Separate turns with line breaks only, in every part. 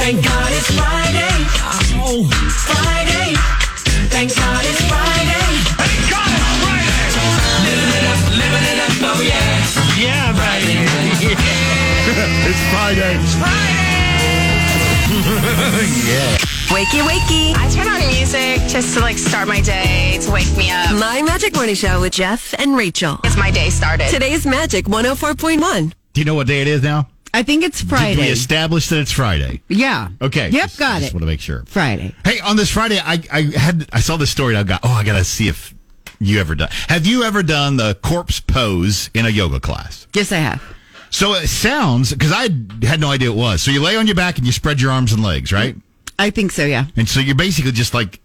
Thank God it's Friday. Oh, Friday. Thank God it's Friday. Thank God it's Friday. Living it up, living it up, oh yeah. Yeah, Friday.
it's Friday.
It's Friday.
yeah.
Wakey, wakey.
I turn on music just to like start my day, to wake me up.
My Magic Morning Show with Jeff and Rachel.
It's my day started.
Today's Magic 104.1.
Do you know what day it is now?
I think it's
Did we
Friday.
establish that it's Friday?
yeah.
Okay.
Yep,
Just-
got
Just
it.
want to make sure.
Friday.
Hey, on this Friday, I, I had I saw this story and I got oh I gotta see if you ever done have you ever done the corpse pose in a yoga class?
Yes, I have.
So it sounds because I had no idea it was. So you lay on your back and you spread your arms and legs, right?
I think so, yeah.
And so you're basically just like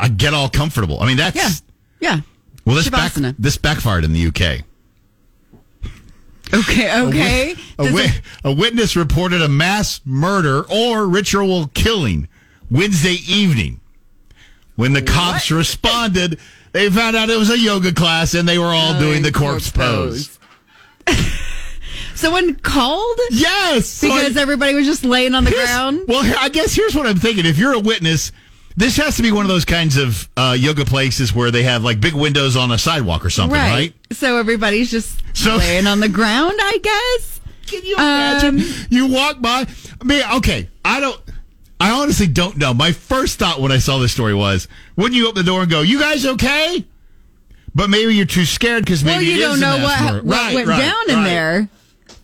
I get all comfortable. I mean that's
Yeah. Yeah.
well this back,
Shavasana.
this backfired in the UK.
Okay, okay.
A,
Does
wi-
it-
a witness reported a mass murder or ritual killing Wednesday evening. When the cops responded, they found out it was a yoga class and they were all doing the corpse, pose.
Someone called
Yes!
because
like,
everybody was just laying on the
here's-
ground.
Well, here- I guess here's what I'm thinking. If you're a witness, this has to be one of those kinds of uh, yoga places where they have like big windows on a sidewalk or something, right?
So everybody's just
So-
laying on the ground, I guess.
Can you imagine?
Um,
you walk by. I mean, okay, I don't. I honestly don't know. My first thought when I saw this story was, wouldn't you open the door and go, "You guys okay?" But maybe you're too scared because maybe
well, you
it
don't
is a
know
mass
what,
murder.
what went down in
right,
there.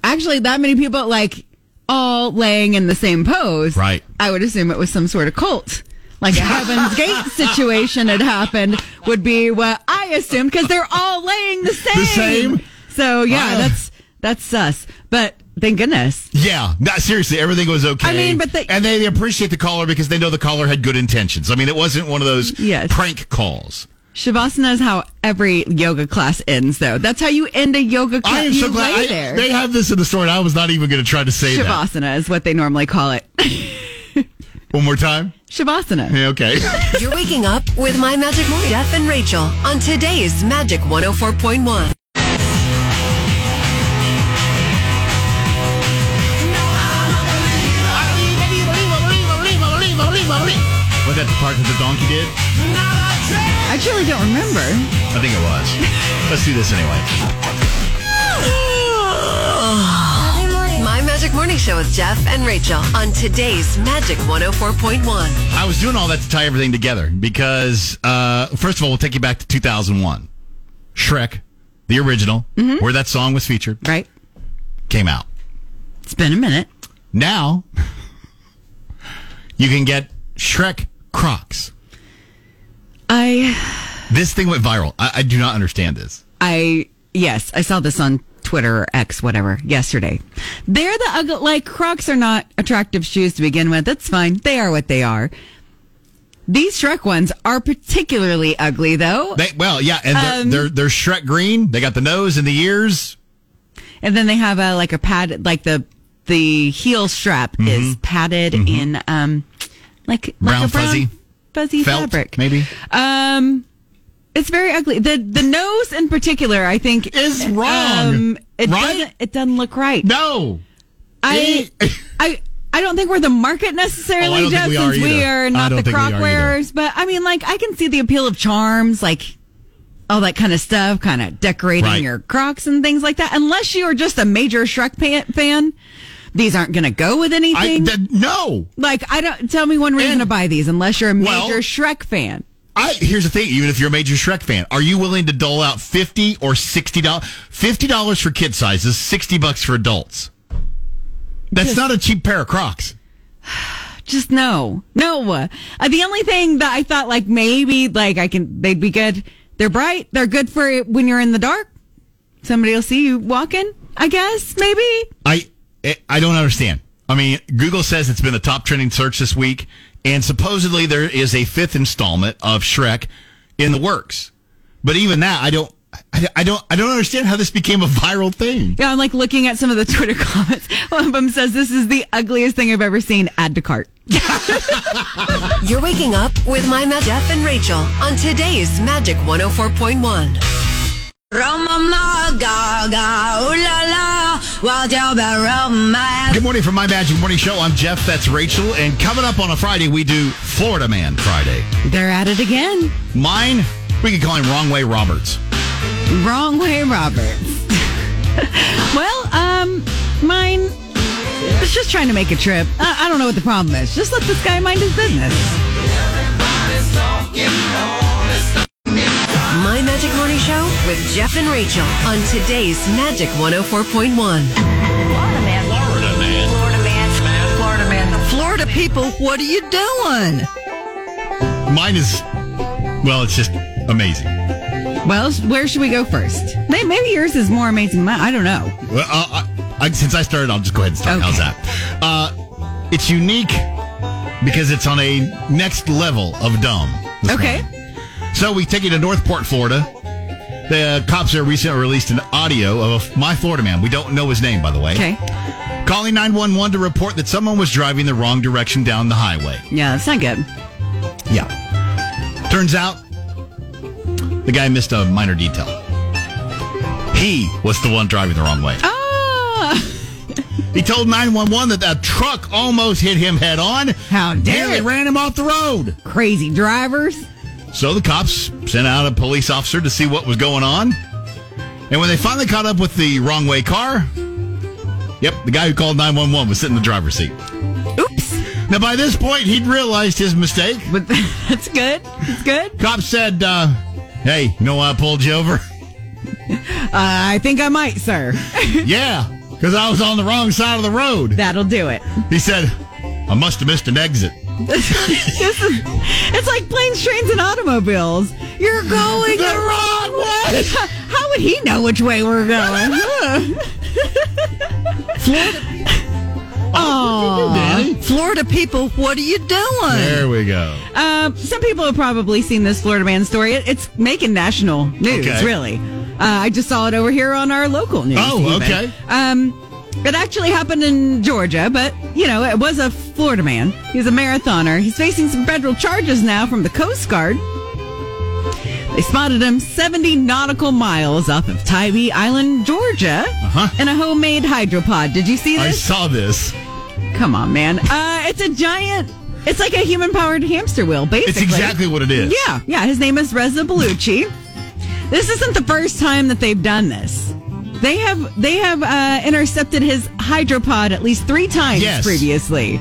Actually, that many people like all laying in the same pose.
Right.
I would assume it was some sort of cult. Like a Heaven's Gate situation had happened would be what I assumed because they're all laying the same.
same?
So yeah,
Wow.
that's that's sus. But thank goodness.
Yeah, not seriously. Everything was okay.
I mean, but they-
and they appreciate the caller because they know the caller had good intentions. I mean, it wasn't one of those
Yes.
prank calls.
Shavasana is how every yoga class ends, though. That's how you end a yoga class.
I am
you
so glad
lay
I-
there.
they have this in the story. And I was not even going to try to say that
Shavasana is what they normally call it.
one more time.
Shavasana.
Yeah, okay.
You're waking up with My Magic Morning. Jeff and Rachel on today's Magic 104.1.
Was that the part that the donkey did?
I truly don't remember.
I think it was. Let's do this anyway.
My Magic Morning Show with Jeff and Rachel on today's Magic 104.1.
I was doing all that to tie everything together because, uh, first of all, we'll take you back to 2001. Shrek, the original,
Mm-hmm.
where that song was featured,
Right.
came out.
It's been a minute.
Now, you can get Shrek Crocs.
I
This thing went viral. I, I do not understand this.
I yes, I saw this on Twitter or X whatever yesterday. They're the ugly like Crocs are not attractive shoes to begin with. That's fine. They are what they are. These Shrek ones are particularly ugly though.
They, well, yeah, and they're,
Um,
they're, they're Shrek green. They got the nose and the ears.
and then they have a like a pad like the the heel strap is padded in um like, like
Brown
a Mm-hmm. brown
fuzzy
fuzzy
Felt,
fabric.
maybe.
Um, it's very ugly. the The nose, in particular, I think,
Is wrong,
Um, it
right?
doesn't. It doesn't look right.
No.
I, I, I don't think we're the market necessarily,
Oh, I don't
Jeff,
think we are
since we
either. I
are not
don't
the
think we are
croc
either.
wearers. But I mean, like, I can see the appeal of charms, like. All that kind of stuff, kind of decorating
Right.
your Crocs and things like that. Unless you are just a major Shrek pan, fan, these aren't going to go with
I,
anything.
that, no.
like, I don't tell me one reason
And-
to buy these unless you're a
Well-
major Shrek fan.
I here's the thing. Even if you're a major Shrek fan, are you willing to dole out fifty or sixty dollars? Fifty dollars for kid sizes, sixty bucks for adults. That's not a cheap pair of Crocs.
just no, no. Uh, the only thing that I thought, like maybe, like I can, they'd be good. They're bright. They're good for when you're in the dark. Somebody will see you walking. I guess maybe.
I I- I don't understand. I mean, Google says it's been the top trending search this week, and supposedly there is a fifth installment of Shrek in the works. But even that, I don't. I I don't. I don't understand how this became a viral thing.
Yeah, I'm like looking at some of the Twitter comments. One of them says, "This is the ugliest thing I've ever seen." Add to cart.
You're waking oh up with My Magic Jeff and Rachel on today's Magic 104.1.
Roma gaga, ooh la la, wild Joba Roma.
Good morning from My Magic Morning Show. I'm Jeff. That's Rachel. And coming up on a Friday, we do Florida Man Friday.
They're at it again.
Mine, we could call him Wrong Way Roberts.
Wrong way, Roberts. well, um, mine was just trying to make a trip. I, I don't know what the problem is. Just let this guy mind his business.
My Magic Morning Show with Jeff and Rachel on today's Magic 104.1.
Florida man.
Florida Man.
Florida man. Florida man.
Florida people, what are you doing?
Mine is, well, it's just amazing.
Well, sh- where should we go first? May- Maybe yours is more amazing than mine. I don't know.
Well, uh, I, I, since I started, I'll just go ahead and start.
Okay.
How's that? Uh, it's unique because it's on a next level of dumb. this
Okay.
morning. So we take you to Northport, Florida. The cops there recently released an audio of my Florida man. We don't know his name, by the way.
Okay.
Calling 911 to report that someone was driving the wrong direction down the highway.
Yeah, that's not good.
Yeah. Turns out the guy missed a minor detail. He was the one driving the wrong way.
Oh,
He told 911 that a truck almost hit him head on.
How dare
Nearly
it.
ran him off the road.
crazy drivers.
So the cops sent out a police officer to see what was going on. And when they finally caught up with the wrong way car, yep, the guy who called 911 was sitting in the driver's seat.
Oops.
Now, by this point, he'd realized his mistake.
But that's good. It's good.
Cop said, uh, hey, you know why I pulled you over?
I think I might, sir.
yeah, because I was on the wrong side of the road.
That'll do it.
He said, I must have missed an exit.
This is, it's like planes, trains, and automobiles. You're going
The wrong way!
How would he know which way we're going?
Danny?
Florida people, what are you doing?
There we go.
um, some people have probably seen this Florida man story. It, it's making national news,
Okay.
really. Uh, I just saw it over here on our local news.
Oh,
even.
okay.
Um, it actually happened in Georgia, but you know, it was a Florida man. He's a marathoner. He's facing some federal charges now from the Coast Guard. They spotted him 70 nautical miles off of Tybee Island, Georgia,
Uh-huh.
in a homemade hydropod. Did you see
I
this?
saw this.
Come on, man. Uh, it's a giant. It's like a human-powered hamster wheel, basically.
It's exactly what it is.
Yeah, yeah. His name is Reza Bellucci. this isn't the first time that they've done this. They have they have uh, intercepted his hydropod at least three times
Yes.
previously.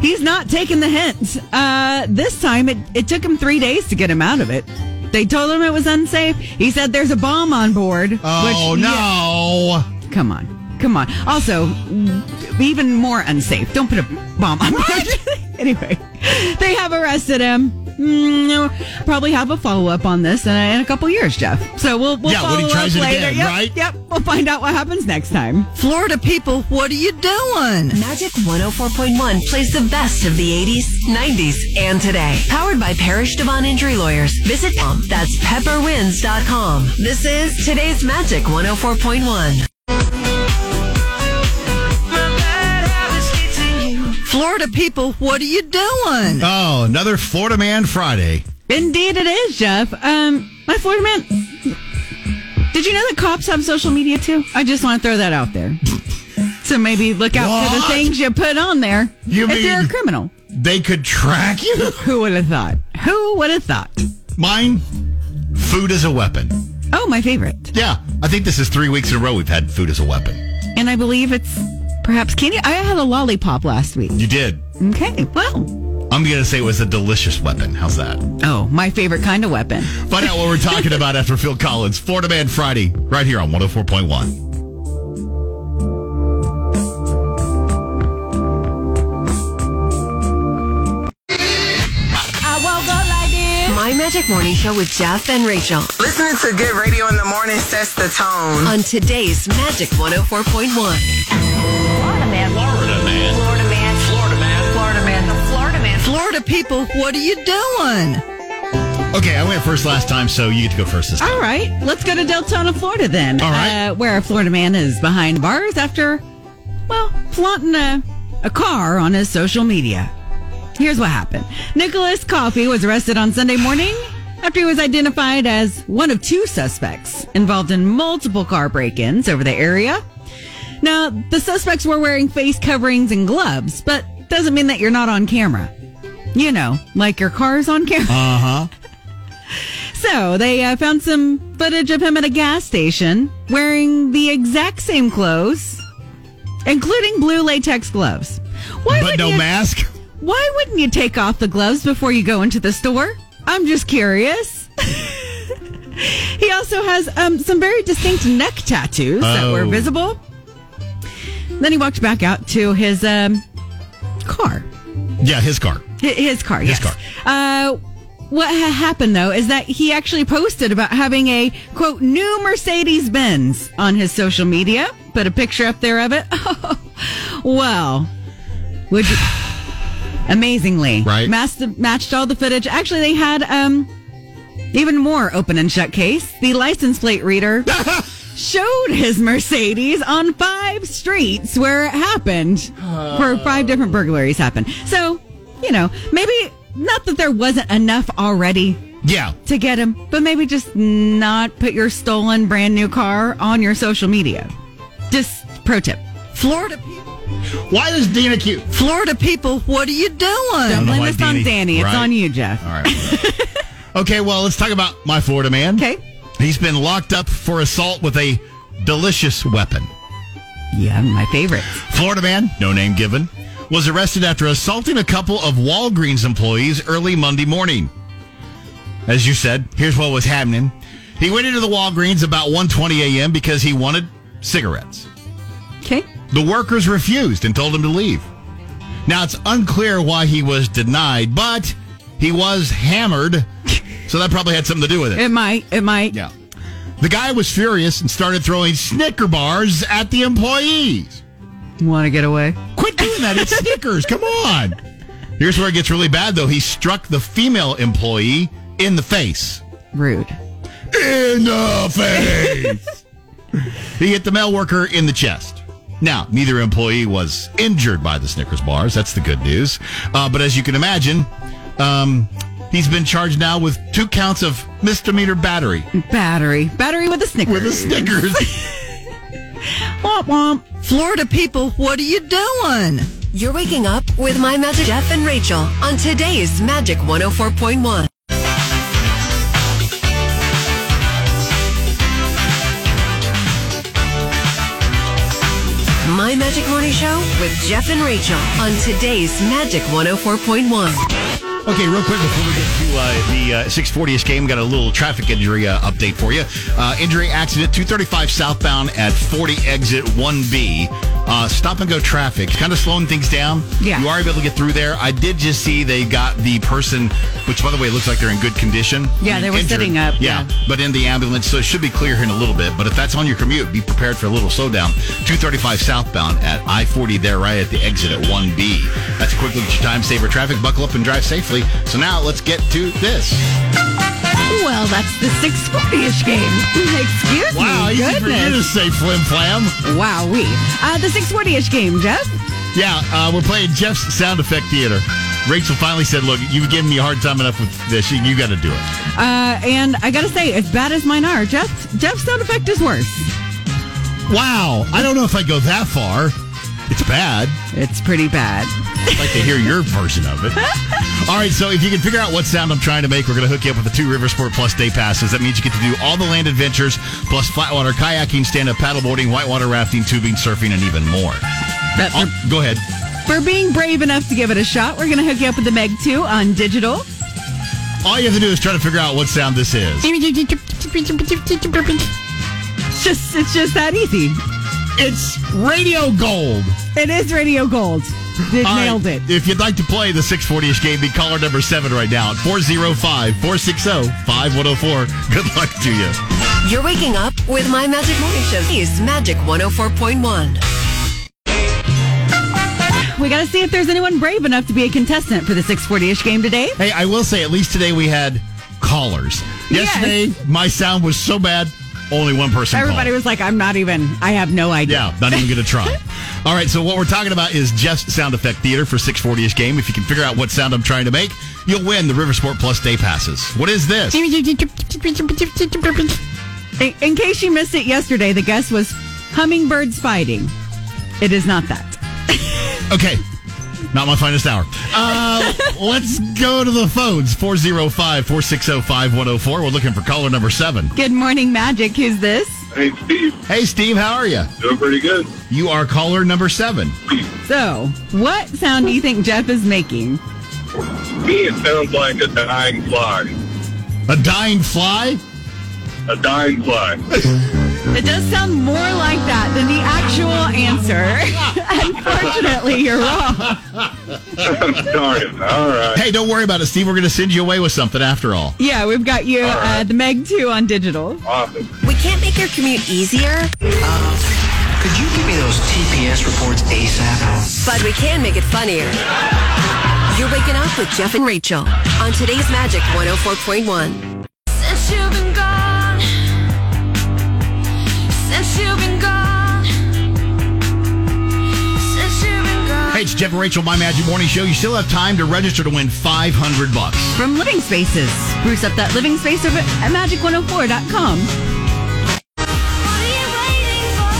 He's not taking the hint. Uh, this time, it, it took him three days to get him out of it. They told him it was unsafe. He said there's a bomb on board.
Oh,
which- yeah,
no.
come on, come on. Also, even more unsafe. Don't put a bomb on board. anyway, they have arrested him. Mm, no, probably have a follow up on this in a, in a couple years, Jeff. So we'll we'll
Yeah, when
follow
he tries
up
it
later.
again,
yep,
right?
Yep. We'll find out what happens next time.
Florida people, what are you doing?
Magic 104.1 plays the best of the 80s, 90s, and today. Powered by Parish Devon Injury Lawyers. Visit them. That's pepperwins.com. This is today's Magic 104.1.
Florida people, what are you doing?
Oh, another Florida Man Friday.
Indeed, it is, Jeff. Um, my Florida man. Did you know that cops have social media too? I just want to throw that out there. So maybe look out for the
What?
things you put on there
You
if you're a
mean-
criminal.
They could track you.
Who would have thought? Who would have thought?
Mine, food as a weapon.
Oh, my favorite.
Yeah, I think this is three weeks in a row we've had food as a weapon.
And I believe it's perhaps candy. I had a lollipop last week.
You did.
Okay, well.
I'm going to say it was a delicious weapon. How's that?
Oh, my favorite kind of weapon.
Find out what we're talking about after Phil Collins. Florida Man Friday, right here on 104.1.
I woke up like this.
My Magic Morning Show with Jeff and Rachel
Listening to good radio in the morning sets the tone.
on today's Magic 104.1.
Florida man.
Florida Man.
Florida man. Florida man. Florida man. Florida man.
Florida people, what are you doing?
Okay, I went first last time, so you get to go first this time.
All right, let's go to Deltona, Florida then.
All right.
Uh, where a Florida man is behind bars after, well, flaunting a, a car on his social media. Here's what happened Nicholas Coffey was arrested on Sunday morning after he was identified as one of two suspects involved in multiple car break ins over the area. Now, the suspects were wearing face coverings and gloves, but doesn't mean that you're not on camera. You know, like your car's on camera. Uh
Uh-huh.
huh. So they uh, found some footage of him at a gas station wearing the exact same clothes, including blue latex gloves. Why
but
would
no
you-
mask.
why wouldn't you take off the gloves before you go into the store? I'm just curious. he also has um, some very distinct neck tattoos that were
Oh.
visible. Then he walked back out to his um, car.
Yeah, his car.
Hi- His car,
His
yes. Uh, what ha- happened though is that he actually posted about having a quote new Mercedes Benz on his social media. Put a picture up there of it. well, would you? Amazingly,
Right.
Mas- matched all the footage. Actually, they had um even more open and shut case. The license plate reader showed his Mercedes on five streets where it happened, where five different burglaries happened. So, you know, maybe not that there wasn't enough already
Yeah.
to get him, but maybe just not put your stolen brand new car on your social media. Just pro tip.
Florida people.
Why is Dana cute?
Florida people, what are you doing?
Don't
know
blame
why
this on
Danny-
Danny. It's
Right.
on you, Jeff.
All right. okay, well, let's talk about my Florida man.
Okay.
He's been locked up for assault with a delicious weapon.
Yeah, my favorite.
Florida man, no name given, was arrested after assaulting a couple of Walgreens employees early Monday morning. As you said, here's what was happening. He went into the Walgreens about 1:20 a.m. because he wanted cigarettes.
Okay.
The workers refused and told him to leave. Now it's unclear why he was denied, but he was hammered, so that probably had something to do with it.
It might. It might.
Yeah. The guy was furious and started throwing Snicker bars at the employees.
Want to get away?
Quit doing that. It's Snickers. Come on. Here's where it gets really bad, though. He struck the female employee in the face.
Rude.
In the face. he hit the male worker in the chest. Now, neither employee was injured by the Snickers bars. That's the good news. Uh, but as you can imagine, um, he's been charged now with two counts of misdemeanor battery
Battery. Battery with a Snickers.
with a Snickers.
Womp womp.
Florida people, what are you doing?
You're waking up with My Magic Jeff and Rachel on today's Magic 104.1. My Magic Morning Show with Jeff and Rachel on today's Magic 104.1.
Okay, real quick before we get to uh, the uh, 640ish game, got a little traffic injury uh, update for you. Uh, injury accident 235 southbound at 40 exit 1B. Uh, stop and go traffic, kind of slowing things down.
Yeah.
You are able to get through there. I did just see they got the person, which by the way looks like they're in good condition.
Yeah, they were
Injured.
sitting up,
Yeah,
yeah.
but in the ambulance, so it should be clear here in a little bit. But if that's on your commute, be prepared for a little slowdown. 235 southbound at I 40 there, right at the exit at 1B. That's a quick look at your time saver traffic. Buckle up and drive safely. So now let's get to this.
Well, that's the 640-ish game. Excuse me. Goodness.
say flim flam.
Wow, we. Uh, the 640-ish game, Jeff.
Yeah, uh, we're playing Jeff's Sound Effect Theater. Rachel finally said, Look, you've given me a hard time enough with this. You, you got to do it.
Uh, and I gotta say, as bad as mine are, Jeff, Jeff's sound effect is worse.
Wow. I don't know if I go that far. It's bad.
It's pretty bad.
I'd like to hear your version of it. All right, so if you can figure out what sound I'm trying to make, we're going to hook you up with the two Riversport Plus day passes. That means you get to do all the land adventures, plus flatwater kayaking, stand-up paddleboarding, whitewater rafting, tubing, surfing, and even more.
But
Oh, go ahead.
for being brave enough to give it a shot, we're gonna hook you up with the Meg 2 on digital.
All you have to do is try to figure out what sound this is.
It's just, it's just that easy.
It's Radio Gold.
It is Radio Gold. They
All right,
nailed it.
If you'd like to play the 640-ish game, be caller number 7 right now at 405-460-5104. Good luck to you.
You're waking up with My Magic Morning Show. Today's Magic 104.1.
We gotta see if there's anyone brave enough to be a contestant for the 640-ish game today.
Hey, I will say, at least today we had callers.
Yes.
Yesterday, my sound was so bad, only one person
Everybody
called.
was like, I'm not even, I have no idea.
Yeah, not even going to try. All right, so what we're talking about is Jeff's sound effect theater for 640-ish game. If you can figure out what sound I'm trying to make, you'll win the Riversport Plus day passes. What is this?
In, in case you missed it yesterday, the guess was hummingbirds fighting. It is not that.
Okay. Not my finest hour. Uh, let's go to the phones 405 460 5104. We're looking for caller number seven.
Good morning, Magic. Who's this?
Hey, Steve,
Hey, Steve, how are you?
doing pretty good.
You are caller number seven.
So, what sound do you think Jeff is making?
Me, it sounds like a dying fly.
A dying fly?
A dying fly.
It does sound more like that than the actual answer. Unfortunately, you're wrong.
I'm sorry. All right.
Hey, don't worry about it, Steve. We're going to send you away with something after all.
Yeah, we've got you uh, the Meg 2 on digital.
Awesome.
We can't make your commute easier,
Could you give me those TPS reports ASAP?
but we can make it funnier. You're waking up with Jeff and Rachel on today's Magic 104.1.
Since you've been gone, since you've been gone, since you've been gone.
Hey, it's Jeff and Rachel, my Magic Morning Show. You still have time to register to win 500 bucks.
From Living Spaces. Spruce up that living space over at magic104.com.
What are you waiting for?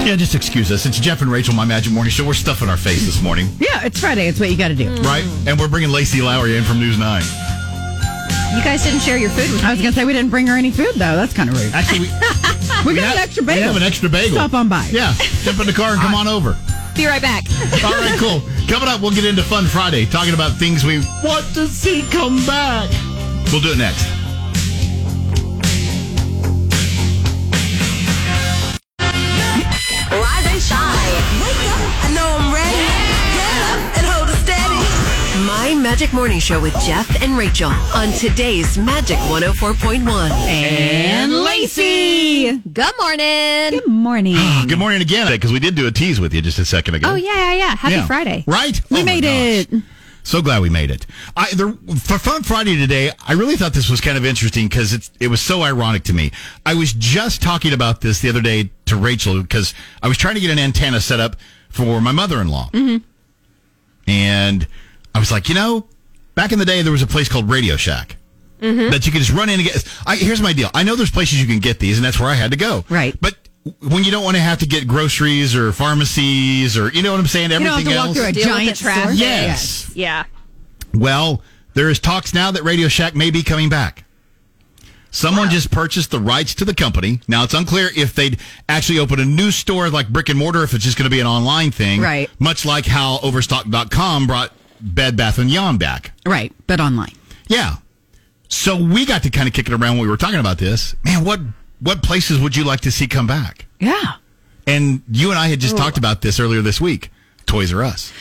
Yeah, just excuse us. It's Jeff and Rachel, my Magic Morning Show. We're stuffing our face this morning,
Yeah, it's Friday. It's what you got to do.
right? And we're bringing Lacey Lowry in from News 9.
You guys didn't share your food with
I was going to say we didn't bring her any food, though. That's kind of rude.
Actually, we. We
We, got
have-
an extra bagel.
We have an extra bagel.
Stop on by.
Yeah, jump in the car and come on over.
Be right back.
All right, cool. Coming up, we'll get into Fun Friday, talking about things we want to see come back. We'll do it next.
Rise and shine.
I know I'm ready. Get up and hold it steady.
My Magic Morning Show with Jeff and Rachel on today's Magic 104.1.
And Lacey.
Good morning.
Good morning.
Good morning again, because we did do a tease with you just a second ago.
Oh yeah, yeah, yeah. Happy
Yeah.
Friday.
Right? Oh
We
my
made
gosh.
it.
So glad we made it. I there, for Fun Friday today, I really thought this was kind of interesting because it it was so ironic to me. I was just talking about this the other day to Rachel because I was trying to get an antenna set up for my mother in law,
Mm-hmm.
and I was like, you know, back in the day there was a place called Radio Shack.
Mm-hmm.
That you could just run in and get. I, here's my deal. I know there's places you can get these, and that's where I had to go.
Right.
But when you don't want to have to get groceries or pharmacies or you know what I'm saying,
You don't
everything
have to walk
else.
through a
Deal with the
giant store.
traffic.
yes.
Yeah.
Well, there is talks now that Radio Shack may be coming back. Someone just purchased the rights to the company. Now it's unclear if they'd actually open a new store like brick and mortar, if it's just going to be an online thing,
Right.
Much like how Overstock.com brought Bed Bath and Beyond back.
Right, but online.
Yeah. So we got to kind of kick it around when we were talking about this. Man, what what places would you like to see come back?
Yeah.
And you and I had just talked about this earlier this week. Toys R Us.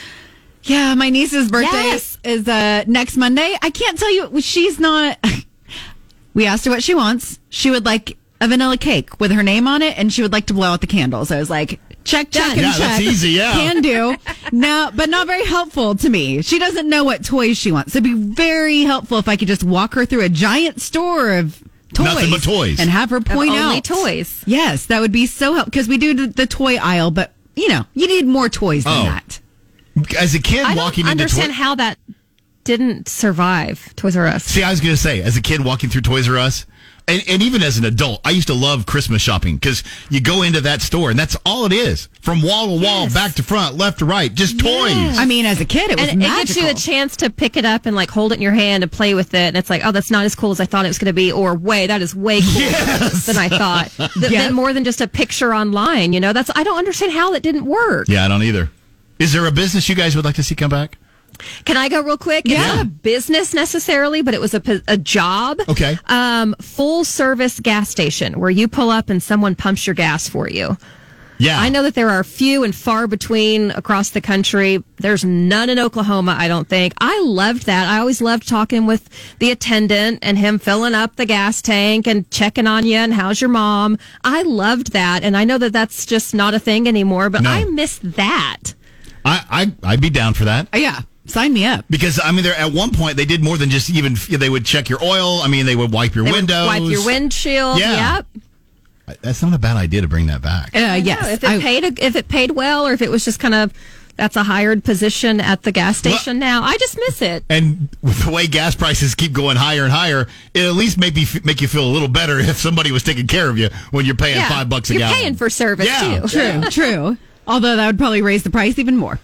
Yeah, my niece's birthday
Yes.
is uh, next Monday. I can't tell you. She's not. we asked her what she wants. She would like a vanilla cake with her name on it, and she would like to blow out the candles. I was like, check, check, and
Yeah,
check.
that's easy, yeah.
can do. no, but not very helpful to me. She doesn't know what toys she wants. So it'd be very helpful if I could just walk her through a giant store of toys,
Nothing but toys.
and have her point
only
out
toys.
Yes, that would be so helpful because we do the- the toy aisle, but you know, you need more toys than
Oh.
that.
As a kid
I
walking
don't understand
into toy-
how that didn't survive Toys R Us.
See, I was going to say, as a kid walking through Toys R Us, and, and even as an adult, I used to love Christmas shopping because you go into that store and that's all it is from wall to wall, back to front, left to right, just toys.
I mean, as a kid, it was
and it
magical.
gives you the chance to pick it up and like hold it in your hand and play with it and it's like oh that's not as cool as i thought it was going to be or way that is way cooler than i thought Th-
Yeah.
than more than just a picture online you know that's i don't understand how that didn't work
Yeah, I don't either. Is there a business you guys would like to see come back?
can i go real quick yeah. it's not a business necessarily but it was a, po- a job
Okay.
um full service gas station where you pull up and someone pumps your gas for you
Yeah.
I know that there are few and far between across the country. There's none in Oklahoma, I don't think. I loved that. I always loved talking with the attendant and him filling up the gas tank and checking on you and how's your mom. I loved that. And I know that that's just not a thing anymore, but
No.
I miss that.
I, I, I'd be down for that.
Yeah. Sign me up.
Because I mean, there at one point they did more than just even they would check your oil. I mean, they would wipe your
They would
windows.
Wipe your windshield.
Yeah.
Yep.
That's not a bad idea to bring that back.
Uh,
Yeah,
yes.
if it
I-
paid a, if it paid well, or if it was just kind of that's a hired position at the gas station now. I just miss it.
And with the way gas prices keep going higher and higher, it at least make me f- make you feel a little better if somebody was taking care of you when you're paying
yeah,
five bucks a
you're
gallon.
paying for service
Yeah.
too.
True, true. Although that would probably raise the price even more.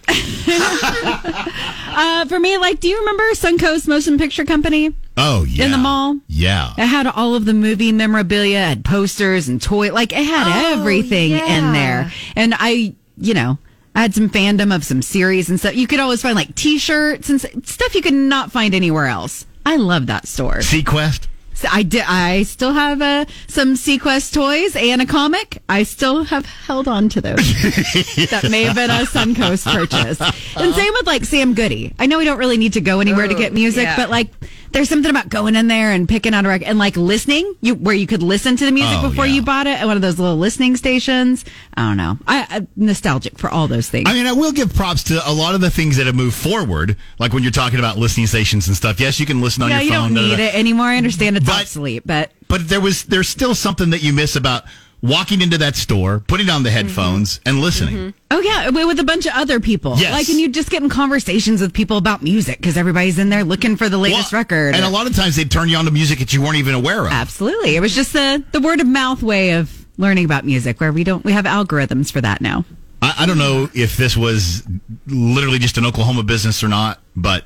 uh, for me, like, do you remember Suncoast Motion Picture Company
oh yeah,
in the mall?
Yeah,
It had all of the movie memorabilia, it had posters and toy, like it had everything in there. And I, you know, I had some fandom of some series and stuff. You could always find like T-shirts and s- stuff you could not find anywhere else. I love that store.
Sequest.
So I did. I still have uh, some Sequest toys and a comic. I still have held on to those. that may have been a Suncoast purchase. And same with like Sam Goody. I know we don't really need to go anywhere to get music,
yeah.
but like there's something about going in there and picking out a record and like listening. You where you could listen to the music
Oh,
before
yeah.
you bought it at one of those little listening stations. I don't know. I, I'm nostalgic for all those things.
I mean, I will give props to a lot of the things that have moved forward, like when you're talking about listening stations and stuff. Yes, you can listen on
yeah,
your
you
phone.
don't
da, da,
need
da.
it anymore. I understand it's
But-
obsolete, but
But there was there's still something that you miss about walking into that store, putting on the
Mm-hmm.
headphones, and listening.
Oh yeah, wi- with a bunch of other people.
Yes.
Like, and you just get in conversations with people about music because everybody's in there looking for the latest
Well,
record.
And a lot of times they turn you on to music that you weren't even aware of.
Absolutely, it was just the the word of mouth way of learning about music, where we don't we have algorithms for that now.
I, I don't know if this was literally just an Oklahoma business or not, but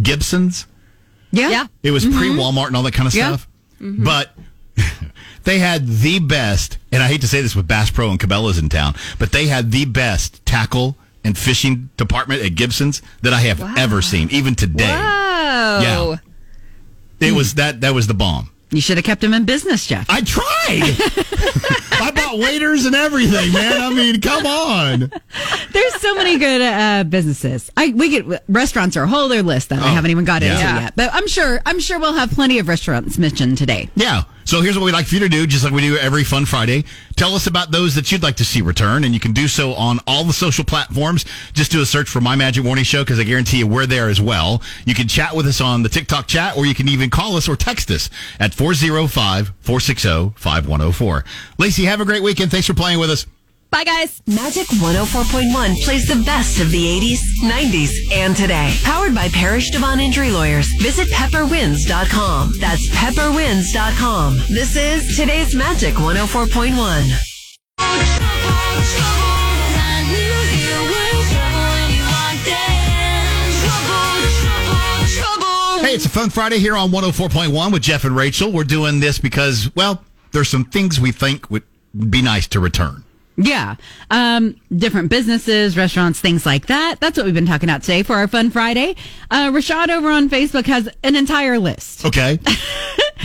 Gibson's.
Yeah.
Yeah.
It was pre Walmart and all that kind of
Yeah.
stuff. But they had the best, and I hate to say this with Bass Pro and Cabela's in town, but they had the best tackle and fishing department at Gibson's that I have ever seen, even today.
Oh.
It was that that was the bomb.
You should have kept him in business, Jeff.
I tried. I bought waiters and everything, man. I mean, come on.
There's so many good uh, businesses. I we get restaurants are a whole other list that I
Oh,
haven't even got
yeah.
into
Yeah.
yet. But I'm sure I'm sure we'll have plenty of restaurants mentioned today.
Yeah. So here's what we'd like for you to do, just like we do every Fun Friday. Tell us about those that you'd like to see return, and you can do so on all the social platforms. Just do a search for My Magic Morning Show because I guarantee you we're there as well. You can chat with us on the TikTok chat, or you can even call us or text us at 405 460 5104. Lacey, have a great weekend. Thanks for playing with us.
Bye guys.
Magic 104.1 plays the best of the 80s, 90s, and today. Powered by Parish Devon Injury Lawyers. Visit pepperwins.com. That's pepperwins.com. This is today's Magic 104.1.
Hey, it's a fun Friday here on 104.1 with Jeff and Rachel. We're doing this because, well, there's some things we think would be nice to return.
Yeah. Um, different businesses, restaurants, things like that. That's what we've been talking about today for our Fun Friday. Uh, Rashad over on Facebook has an entire list.
Okay.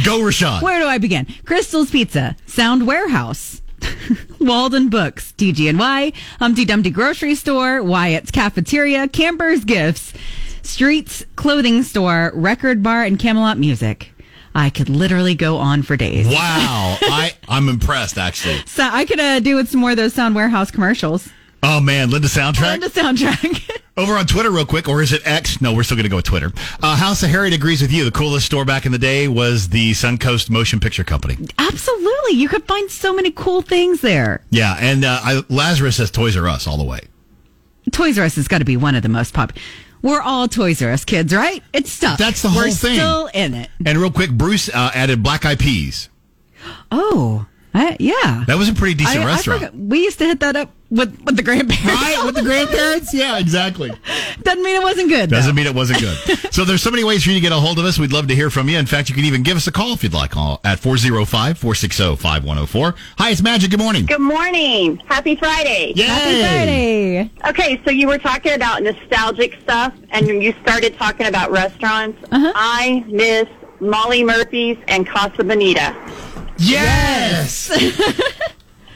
Go, Rashad.
Where do I begin? Crystal's Pizza, Sound Warehouse, Walden Books, DG&Y, Humpty Dumpty Grocery Store, Wyatt's Cafeteria, Camper's Gifts, Streets Clothing Store, Record Bar, and Camelot Music. I could literally go on for days.
Wow, I I'm impressed actually.
So I could uh, do with some more of those Sound Warehouse commercials.
Oh man, Linda soundtrack
And the soundtrack.
over on Twitter real quick, or is it X? No, we're still gonna go with Twitter. Uh, House of Harriet agrees with you. The coolest store back in the day was the Suncoast Motion Picture Company.
Absolutely. You could find so many cool things there.
Yeah, and uh, I, Lazarus says Toys R Us all the way.
Toys R Us has got to be one of the most popular. We're all Toys R Us kids, right? It's stuff.
That's the whole
We're
thing.
still in it.
And real quick, Bruce uh, added Black Eyed Peas.
Oh, I, yeah.
That was a pretty decent
I- I
restaurant.
forgot- we used to hit that up with, with the grandparents.
Right with the grandparents? Yeah, exactly.
Doesn't mean it wasn't good. though.
Doesn't mean it wasn't good. so there's so many ways for you to get a hold of us. We'd love to hear from you. In fact, you can even give us a call if you'd like all- at 405-460-5104. Hi, it's Magic. Good morning.
Good morning. Happy Friday.
Yay.
Happy Friday.
Okay, so you were talking about nostalgic stuff and you started talking about restaurants.
Uh-huh.
I miss Molly Murphy's and Casa Bonita.
Yes. wasn't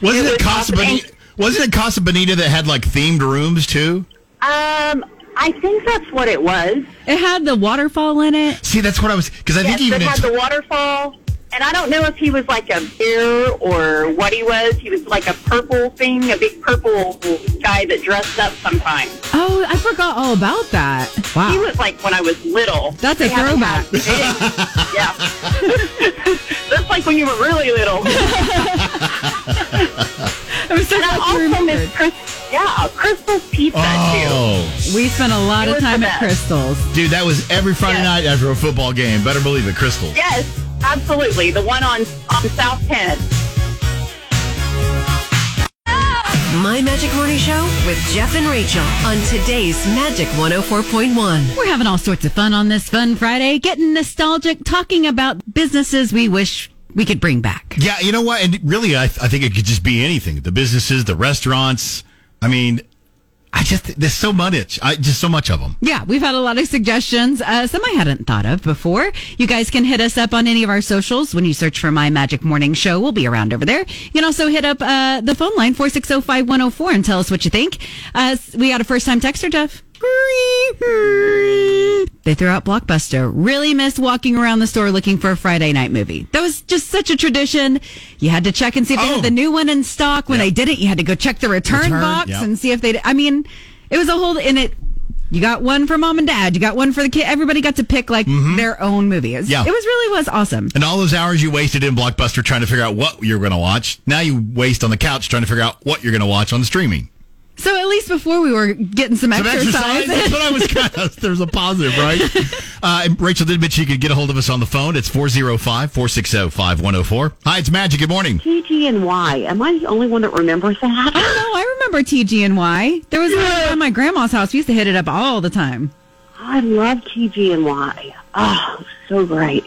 it,
was
Casa
awesome.
Bonita? Wasn't it Casa Bonita that had like themed rooms too?
Um, I think that's what it was.
It had the waterfall in it.
See, that's what I was because I
Yes,
think even
it
in
had
t-
the waterfall. And I don't know if he was like a bear or what he was. He was like a purple thing, a big purple guy that dressed up sometimes.
Oh, I forgot all about that. Wow.
He was like when I was little.
Ah. That's a
They haven't
throwback.
had- yeah. That's like when you were really little. and I also miss Chris, yeah, Crystal's Pizza
Oh.
too.
We spent a lot
It
of
was
time
the
at
best.
Crystal's.
Dude, that was every Friday night after a football game. Better believe it, Crystal.
Yes, absolutely. The one on on South Penn.
My Magic Morning Show with Jeff and Rachel on today's Magic 104.1.
We're having all sorts of fun on this fun Friday, getting nostalgic, talking about businesses we wish we could bring back.
Yeah, you know what? And really, I, I think it could just be anything. The businesses, the restaurants. I mean, I just, there's so much. I, just so much of them.
Yeah, we've had a lot of suggestions. Uh, some I hadn't thought of before. You guys can hit us up on any of our socials when you search for My Magic Morning Show. We'll be around over there. You can also hit up uh, the phone line, 460-5104, and tell us what you think. Uh, s- we got a first-time texter, Jeff. They threw out Blockbuster. Really miss walking around the store looking for a Friday night movie. That was just such a tradition. You had to check and see if they
Oh.
had the new one in stock. When they didn't, you had to go check the return,
Return,
box
yeah.
and see if they. I mean, it was a whole. And it, you got one for mom and dad. You got one for the kid. Everybody got to pick like their own movie. It was,
Mm-hmm. Yeah.
it was really was awesome.
And all those hours you wasted in Blockbuster trying to figure out what you're going to watch, now you waste on the couch trying to figure out what you're going to watch on the streaming.
So at least before we were getting some,
Some exercise. That's what I was kind of. There's a positive, right? Uh, and Rachel did mention you could get a hold of us on the phone. It's 405 460 5104. Hi, it's Magic. Good morning.
TGNY. Am I the only one that remembers that?
No, I remember TGNY. There was one at my grandma's house. We used to hit it up all the time.
I love TGNY. Oh, so great.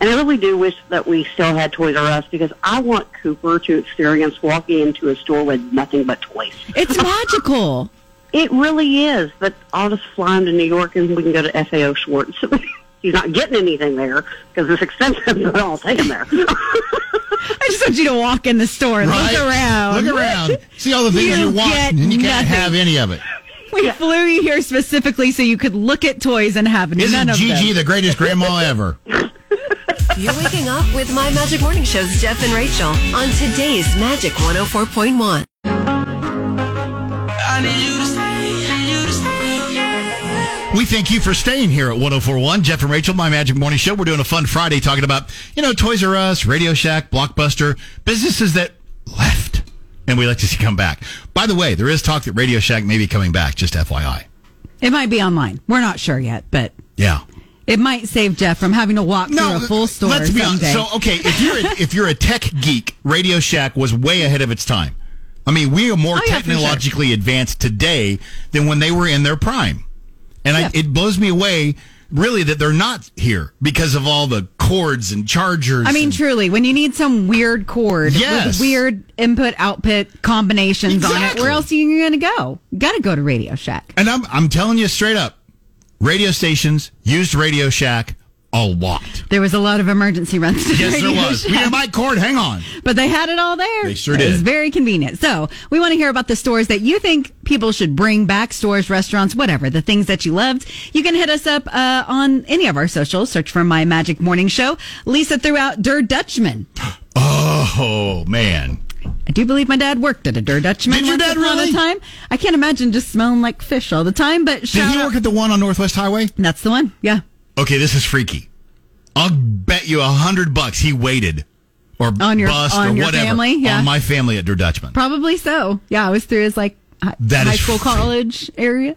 And I really do wish that we still had Toys R Us because I want Cooper to experience walking into a store with nothing but toys.
It's magical.
It really is. But I'll just fly him to New York and we can go to FAO Schwartz. He's not getting anything there because it's expensive, but I'll take him there.
I just want you to walk in the store, and
Right?
look around,
Look around. See all the things
You
you, want,
get
and you can't
nothing.
have any of it.
We flew you here specifically so you could look at toys and have none
Isn't
of
Gigi
them.
the greatest grandma ever?
You're waking up with My Magic Morning Show's Jeff and Rachel on today's Magic 104.1.
I need you to stay, need you to stay, yeah.
We thank you for staying here at 1041. Jeff and Rachel, My Magic Morning Show. We're doing a fun Friday talking about, you know, Toys R Us, Radio Shack, Blockbuster, businesses that left and we like to see come back. By the way, there is talk that Radio Shack may be coming back, just FYI.
It might be online. We're not sure yet, but
Yeah.
it might save Jeff from having to walk through a full store
Let's be honest.
someday.
So, okay, if you're a, if you're a tech geek, Radio Shack was way ahead of its time. I mean, we are more
Oh, yeah, for sure.
technologically advanced today than when they were in their prime, and
Yeah.
I, it blows me away really that they're not here because of all the cords and chargers.
I mean,
and-
truly, when you need some weird cord
Yes.
with weird input output combinations on it,
Exactly.
where else are you going to go? Got to go to Radio Shack.
and I'm I'm telling you straight up, radio stations used Radio Shack a lot.
There was a lot of emergency runs. To
Yes, there
Radio
was.
Shack.
We my cord. Hang on.
but they had it all there.
They sure
It was
did.
very convenient. So we want to hear about the stores that you think people should bring back, stores, restaurants, whatever, the things that you loved. You can hit us up uh, on any of our socials. Search for My Magic Morning Show. Lisa threw out Der Dutchman.
Oh man.
I do believe my dad worked at a Der Dutchman
Did your
once
dad
upon
really?
a time. I can't imagine just smelling like fish all the time, but
Did
shout
he
out-
work at the one on Northwest Highway?
that's the one. Yeah.
Okay, this is freaky. I'll bet you a hundred bucks he waited or
On your-
bust
on
or
your
whatever
family? Yeah.
on my family at Der Dutchman.
Probably so. Yeah, I was through his like hi-
That
high
is
school,
freak-
college area.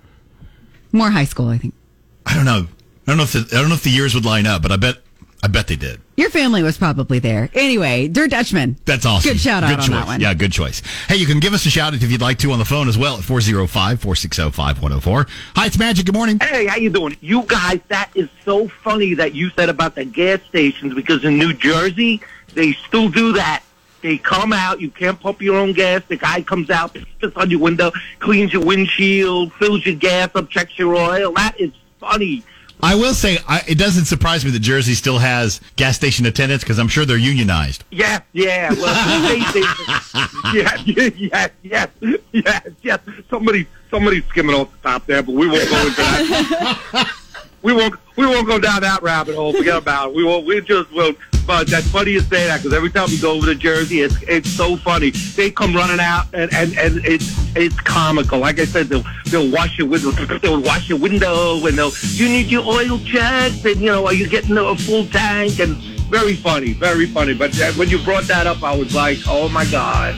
More high school, I think.
I don't know. I don't know if the, I don't know if the years would line up, but I bet I bet they did.
Your family was probably there. Anyway, Der Dutchman.
That's awesome.
Good shout out on
choice.
that one.
Yeah, good choice. Hey, you can give us a shout out if you'd like to on the phone as well at 405-460-5104. Hi, it's Magic. Good morning.
Hey, how you doing? You guys, that is so funny that you said about the gas stations because in New Jersey, they still do that. They come out, you can't pump your own gas. The guy comes out, spits on your window, cleans your windshield, fills your gas up, checks your oil. That is funny.
I will say I, it doesn't surprise me that Jersey still has gas station attendants because I'm sure they're unionized.
Yeah, yeah. Well, they, they, yeah, yeah, yes, yes, yes, yes. Somebody, somebody's skimming off the top there, but we won't go into that. we won't, we won't go down that rabbit hole. Forget about it. We won't. We just will. fun. That's funny you say that because every time we go over to Jersey, it's it's so funny. They come running out and and, and it's it's comical. Like I said, they'll they'll wash your window, they'll wash your window, and they'll you need your oil checked, and you know are you getting a full tank? And very funny, very funny. But that- when you brought that up, I was like, oh my god.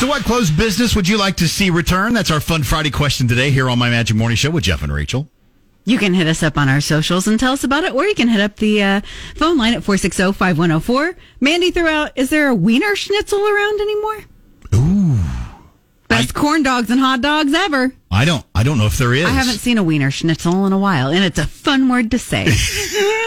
So, what closed business would you like to see return? That's our Fun Friday question today here on My Magic Morning Show with Jeff and Rachel.
You can hit us up on our socials and tell us about it, or you can hit up the uh, phone line at oh, 460 5104. Mandy threw out, is there a wiener schnitzel around anymore? Ooh. Best corn dogs and hot dogs ever.
I don't, I don't know if there is.
I haven't seen a wiener schnitzel in a while, and it's a fun word to say.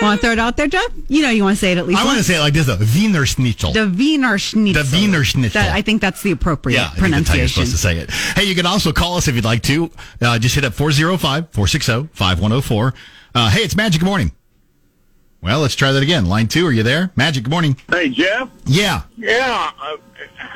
want to throw it out there, Jeff? You know you want to say it at least
I want to
once.
say it like this: though. Wiener Schnitzel.
The wiener schnitzel.
The wiener schnitzel.
That- I think that's the appropriate
yeah, I think that's how you're
pronunciation.
supposed to say it. Hey, you can also call us if you'd like to. Uh, just hit up 405-460-5104. Uh, hey, it's Magic Morning. Well, let's try that again. Line two, are you there? Magic good Morning.
Hey, Jeff.
Yeah.
Yeah. Uh,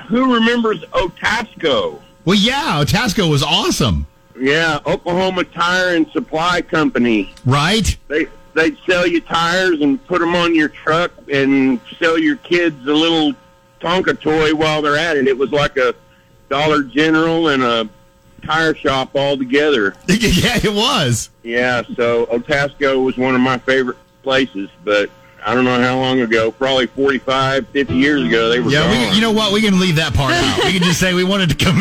who remembers Otasco?
Well, yeah, Otasco was awesome.
Yeah, Oklahoma Tire and Supply Company.
Right?
They they'd sell you tires and put them on your truck and sell your kids a little Tonka toy while they're at it. It was like a Dollar General and a tire shop all together.
yeah, it was.
Yeah, so Otasco was one of my favorite places, but I don't know how long ago, probably 45, 50 years ago, they were
yeah, we
gone.
can, you know what? We can leave that part out. We can just say we wanted to come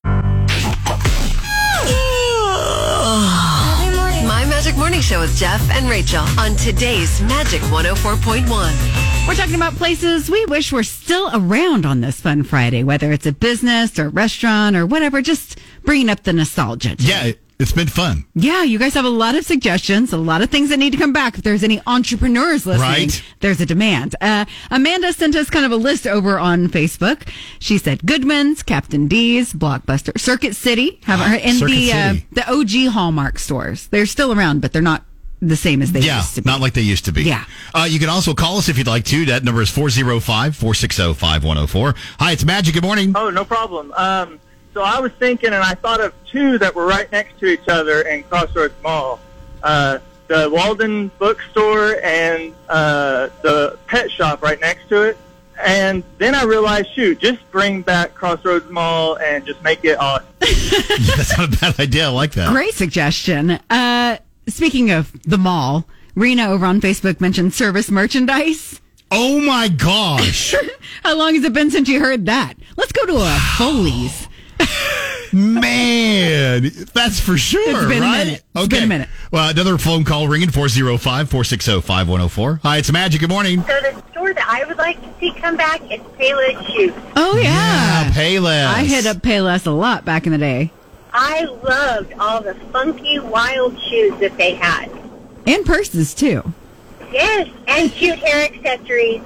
back.
My Magic Morning Show with Jeff and Rachel on today's Magic 104.1.
We're talking about places we wish were still around on this Fun Friday, whether it's a business or restaurant or whatever, just bringing up the nostalgia.
yeah, it, it's been fun.
Yeah, you guys have a lot of suggestions, a lot of things that need to come back. If there's any entrepreneurs listening,
Right.
there's a demand. Uh, Amanda sent us kind of a list over on Facebook. She said Goodman's, Captain D's, Blockbuster, Circuit City, haven't heard, and
Circuit
the uh,
City.
the OG Hallmark stores. They're still around, but they're not the same as they
yeah,
used to be.
not like they used to be.
Yeah.
Uh, you can also call us if you'd like to. That number is 405-460-5104. Hi, it's Magic. Good morning.
Oh, no problem. Um, so I was thinking, and I thought of two that were right next to each other in Crossroads Mall: uh, the Walden Bookstore and uh, the pet shop right next to it. And then I realized, shoot, just bring back Crossroads Mall and just make it awesome.
That's not a bad idea. I like that.
Great suggestion. Uh, speaking of the mall, Rena over on Facebook mentioned service merchandise.
Oh my gosh.
How long has it been since you heard that? Let's go to a Foley's.
Man, that's for sure.
It's been a
right?
minute. It's been a minute.
Well, another phone call ringing 405 460 5104. Hi, it's Magic. Good morning.
So the store that I would like to see come back is Payless Shoes.
Oh yeah,
Payless.
I hit up Payless a lot back in the day,
I loved all the funky wild shoes that they had.
and purses too.
Yes, and cute hair accessories.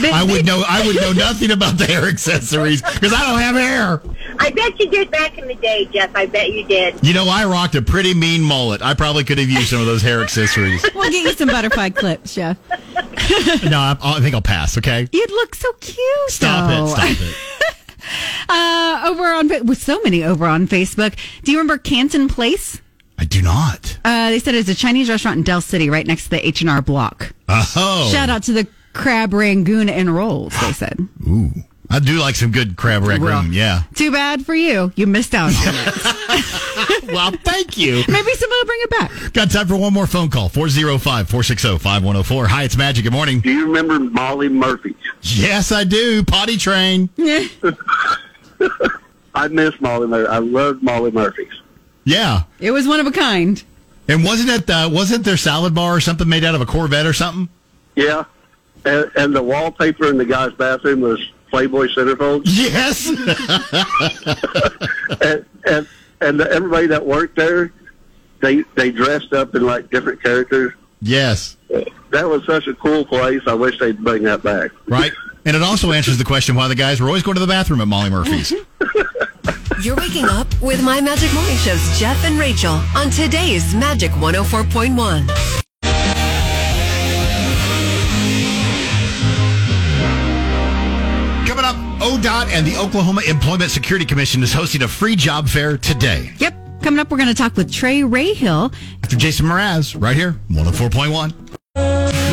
I would know I would know nothing about the hair accessories because I don't have hair.
I bet you did back in the day, Jeff. I bet you did.
You know, I rocked a pretty mean mullet. I probably could have used some of those hair accessories.
We'll get you some butterfly clips, Jeff.
no, I, Oh, I think I'll pass, okay?
You'd look so cute.
Stop
though.
it. Stop it.
Uh, over on Fa- with so many over on Facebook. Do you remember Canton Place?
I do not.
Uh, they said it's a Chinese restaurant in Dell City, right next to the H and R Block.
Oh.
Shout out to the crab rangoon and rolls. They said.
Ooh. I do like some good crab rangoon. Yeah.
Too bad for you. You missed out on it.
well, thank you.
Maybe somebody will bring it back.
Got time for one more phone call 405 460 5104. Hi, it's Magic. Good morning.
Do you remember Molly Murphy?
Yes, I do. Potty train.
I miss Molly Murphy. I loved Molly Murphy's.
Yeah.
It was one of a kind.
And wasn't it uh, wasn't there salad bar or something made out of a Corvette or something?
Yeah. And, and the wallpaper in the guy's bathroom was Playboy centerfolds.
Yes.
and and, and the, everybody that worked there, they they dressed up in like different characters.
Yes.
That was such a cool place. I wish they'd bring that back.
Right. And it also answers the question why the guys were always going to the bathroom at Molly Murphy's.
You're waking up with My Magic Morning Show's Jeff and Rachel on today's Magic 104.1.
Coming up ODOT and the Oklahoma Employment Security Commission is hosting a free job fair today.
Yep. Coming up, we're going to talk with Trey Rayhill.
After Jason Mraz, right here, 104.1.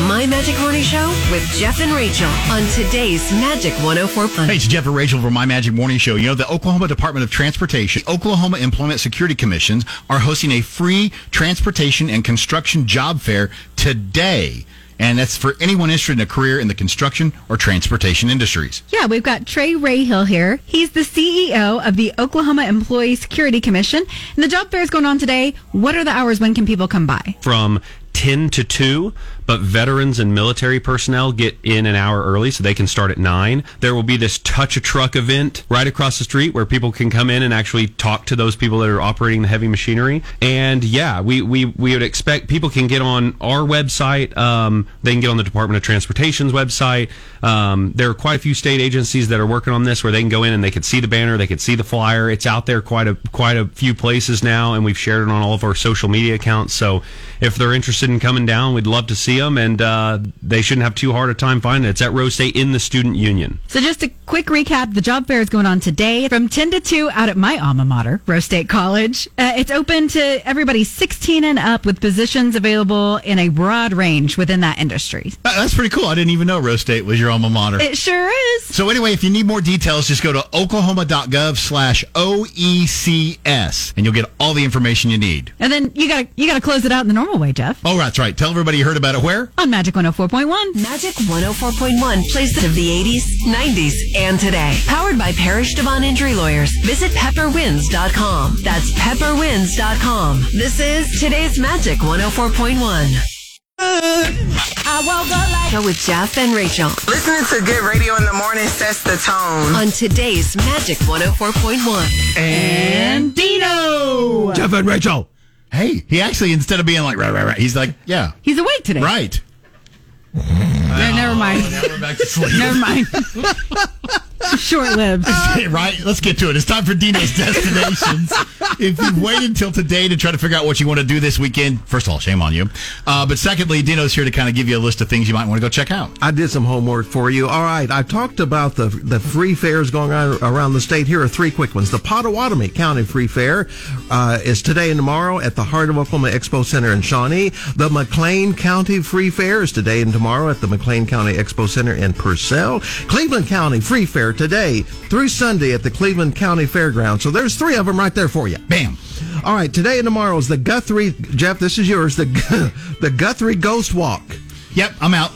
My Magic Morning Show with Jeff and Rachel on today's Magic 104.1.
Hey, it's Jeff and Rachel from My Magic Morning Show. You know, the Oklahoma Department of Transportation, Oklahoma Employment Security Commissions are hosting a free transportation and construction job fair today. And that's for anyone interested in a career in the construction or transportation industries.
Yeah, we've got Trey Rayhill here. He's the CEO of the Oklahoma Employee Security Commission. And the job fair is going on today. What are the hours? When can people come by?
from 10 to 2, but veterans and military personnel get in an hour early so they can start at 9. There will be this touch a truck event right across the street where people can come in and actually talk to those people that are operating the heavy machinery. And yeah, we, we, we would expect people can get on our website, um, they can get on the Department of Transportation's website. Um, there are quite a few state agencies that are working on this where they can go in and they could see the banner, they could see the flyer. It's out there quite a quite a few places now, and we've shared it on all of our social media accounts. So if they're interested in coming down, we'd love to see them, and uh, they shouldn't have too hard a time finding it. It's at Rose State in the Student Union.
So just a quick recap, the job fair is going on today from 10 to 2 out at my alma mater, Rose State College. Uh, it's open to everybody 16 and up with positions available in a broad range within that industry.
Uh, That's pretty cool. I didn't even know Rose State was your alma mater.
It sure is.
So anyway, if you need more details, just go to oklahoma.gov slash OECS and you'll get all the information you need.
And then you got to you got to close it out in the normal way, Jeff.
Oh, that's right. Tell everybody you heard about it where?
On Magic 104.1.
Magic 104.1 plays the of the 80s, 90s, and today. Powered by Parish Devon Injury Lawyers. Visit pepperwinds.com. That's pepperwinds.com. This is today's Magic 104.1. I woke up like Go with Jeff and Rachel
Listening to good radio in the morning sets the tone.
on today's Magic 104.1.
And
Dino!
Jeff and Rachel. Hey, he actually, instead of being like, right, right, right, he's like, yeah.
He's awake today.
Right.
No, never mind. Never mind. Short lived.
Okay, right, let's get to it. It's time for Dino's Destinations. if you wait until today to try to figure out what you want to do this weekend, first of all, shame on you. Uh, but secondly, Dino's here to kind of give you a list of things you might want to go check out.
I did some homework for you. All right, I've talked about the the free fairs going on around the state. Here are three quick ones. The Pottawatomie County Free Fair uh, is today and tomorrow at the Heart of Oklahoma Expo Center in Shawnee. The McLean County Free Fair is today and tomorrow at the McLean County Expo Center in Purcell. Cleveland County Free Fair today through Sunday at the Cleveland County Fairgrounds. So there's three of them right there for you.
Bam.
All right, today and tomorrow is the Guthrie Jeff. This is yours. The the Guthrie Ghost Walk.
Yep, I'm out.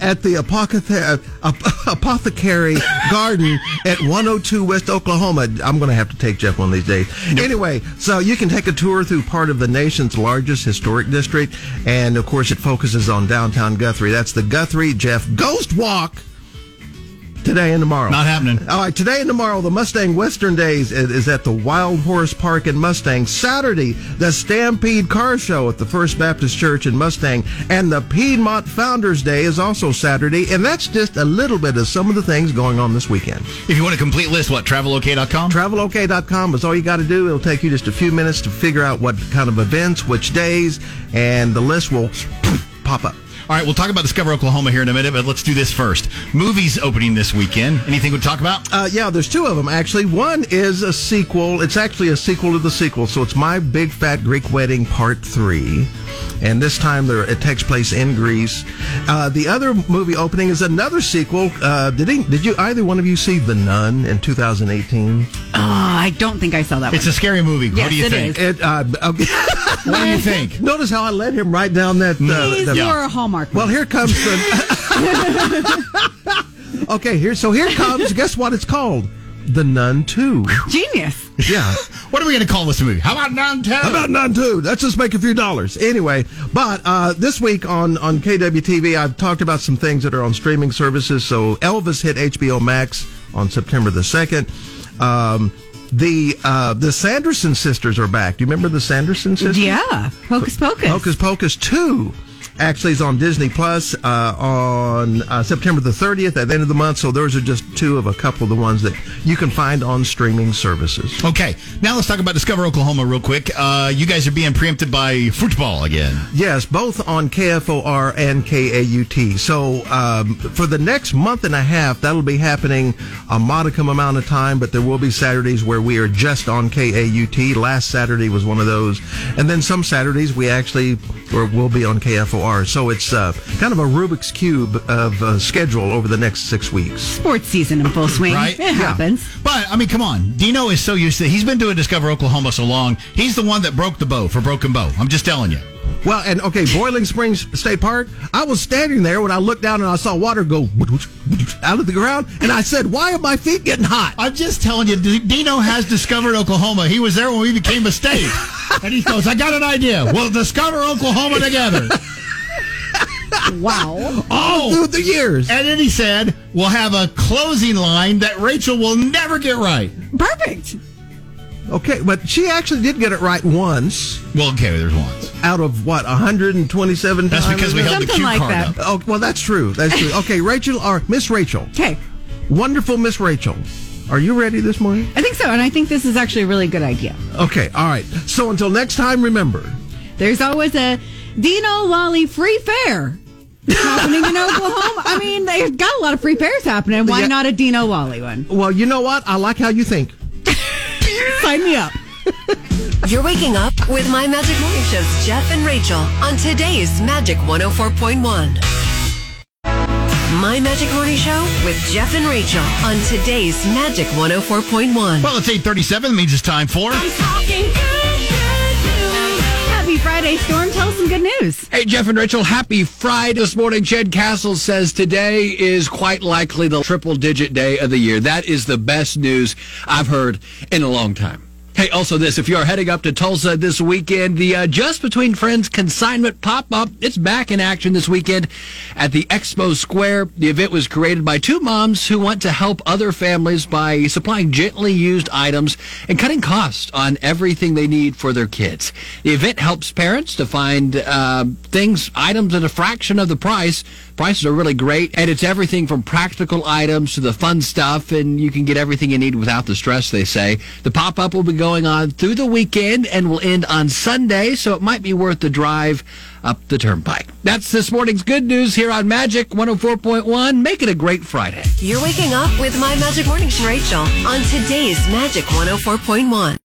at the apothe- ap- apothecary garden at 102 West Oklahoma. I'm going to have to take Jeff one of these days. Anyway, so you can take a tour through part of the nation's largest historic district, and of course, it focuses on downtown Guthrie. That's the Guthrie Jeff Ghost Walk. Today and tomorrow.
Not happening.
All right, today and tomorrow, the Mustang Western Days is, is at the Wild Horse Park in Mustang. Saturday, the Stampede Car Show at the First Baptist Church in Mustang. And the Piedmont Founders Day is also Saturday. And that's just a little bit of some of the things going on this weekend.
If you want a complete list, what, travelok.com?
TravelOK.com is all you got to do. It'll take you just a few minutes to figure out what kind of events, which days, and the list will pop up.
All right, we'll talk about Discover Oklahoma here in a minute, but let's do this first. Movies opening this weekend. Anything we talk about?
Uh, yeah, there's two of them actually. One is a sequel. It's actually a sequel to the sequel. So it's My Big Fat Greek Wedding Part Three, and this time there, it takes place in Greece. Uh, the other movie opening is another sequel. Uh, did he, did you either one of you see The Nun in 2018?
Oh, I don't think I saw that
It's a
one.
scary movie.
Yes,
what do you
it
think?
is.
It, uh, okay.
What do you think?
Notice how I let him write down that. Uh,
He's
the-
more a Hallmark.
Well, here comes the. okay, here. So here comes. Guess what it's called? The Nun Two.
Genius.
Yeah.
What are we going to call this movie? How about Downtown?
How about none too? Let's just make a few dollars anyway. But uh, this week on on KWTV, I've talked about some things that are on streaming services. So Elvis hit HBO Max on September the second. Um, the uh, the Sanderson sisters are back. Do you remember the Sanderson sisters?
Yeah. Hocus Pocus.
Hocus Pocus two. actually is on Disney Plus uh, on uh, September the 30th at the end of the month. So those are just two of a couple of the ones that you can find on streaming services.
Okay, now let's talk about Discover Oklahoma real quick. Uh, you guys are being preempted by football again.
Yes, both on KFOR and KAUT. So um, for the next month and a half, that'll be happening a modicum amount of time, but there will be Saturdays where we are just on KAUT. Last Saturday was one of those, and then some Saturdays we actually or will be on KFOR. So it's uh, kind of a Rubik's cube of uh, schedule over the next six weeks.
Sports season in full swing.
Right?
It happens.
But I mean, come on, Dino is so used to. He's been doing Discover Oklahoma so long. He's the one that broke the bow for Broken Bow. I'm just telling you.
Well, and okay, Boiling Springs State Park. I was standing there when I looked down and I saw water go out of the ground, and I said, "Why are my feet getting hot?"
I'm just telling you, D- Dino has discovered Oklahoma. He was there when we became a state, and he goes, "I got an idea. We'll discover Oklahoma together."
Wow.
Oh,
through the years.
And then he said, "We'll have a closing line that Rachel will never get right."
Perfect.
Okay, but she actually did get it right once
Well, okay, there's once.
out of what 127.
That's
times?
because we held the
Something
cue
like
card
that.
up.
Oh, well, that's true. That's true. Okay, Rachel or Miss Rachel.
Okay.
Wonderful Miss Rachel. Are you ready this morning?
I think so. And I think this is actually a really good idea.
Okay, all right. So until next time, remember.
There's always a Dino Lolly free fair happening in Oklahoma. I mean, they've got a lot of free fairs happening. Why
Yeah.
not a Dino Lolly one?
Well, you know what? I like how you think.
Sign me up.
You're waking up with My Magic Morning Show's Jeff and Rachel on today's Magic 104.1. My Magic Morning Show with Jeff and Rachel on today's Magic 104.1.
Well, it's 8:37. That means it's time for.
Happy Friday, Storm. Tell us some good news.
Hey, Jeff and Rachel, happy Friday this morning. Jed Castle says today is quite likely the triple digit day of the year. That is the best news I've heard in a long time. Hey, also this, if you are heading up to Tulsa this weekend, the uh, Just Between Friends consignment pop-up, it's back in action this weekend at the Expo Square. The event was created by two moms who want to help other families by supplying gently used items and cutting costs on everything they need for their kids. The event helps parents to find uh, things, items at a fraction of the price. Prices are really great, and it's everything from practical items to the fun stuff, and you can get everything you need without the stress, they say. The pop up will be going on through the weekend and will end on Sunday, so it might be worth the drive up the turnpike. That's this morning's good news here on Magic 104.1. Make it a great Friday.
oh You're waking up with My Magic Morning Show Rachel on today's Magic 104.1.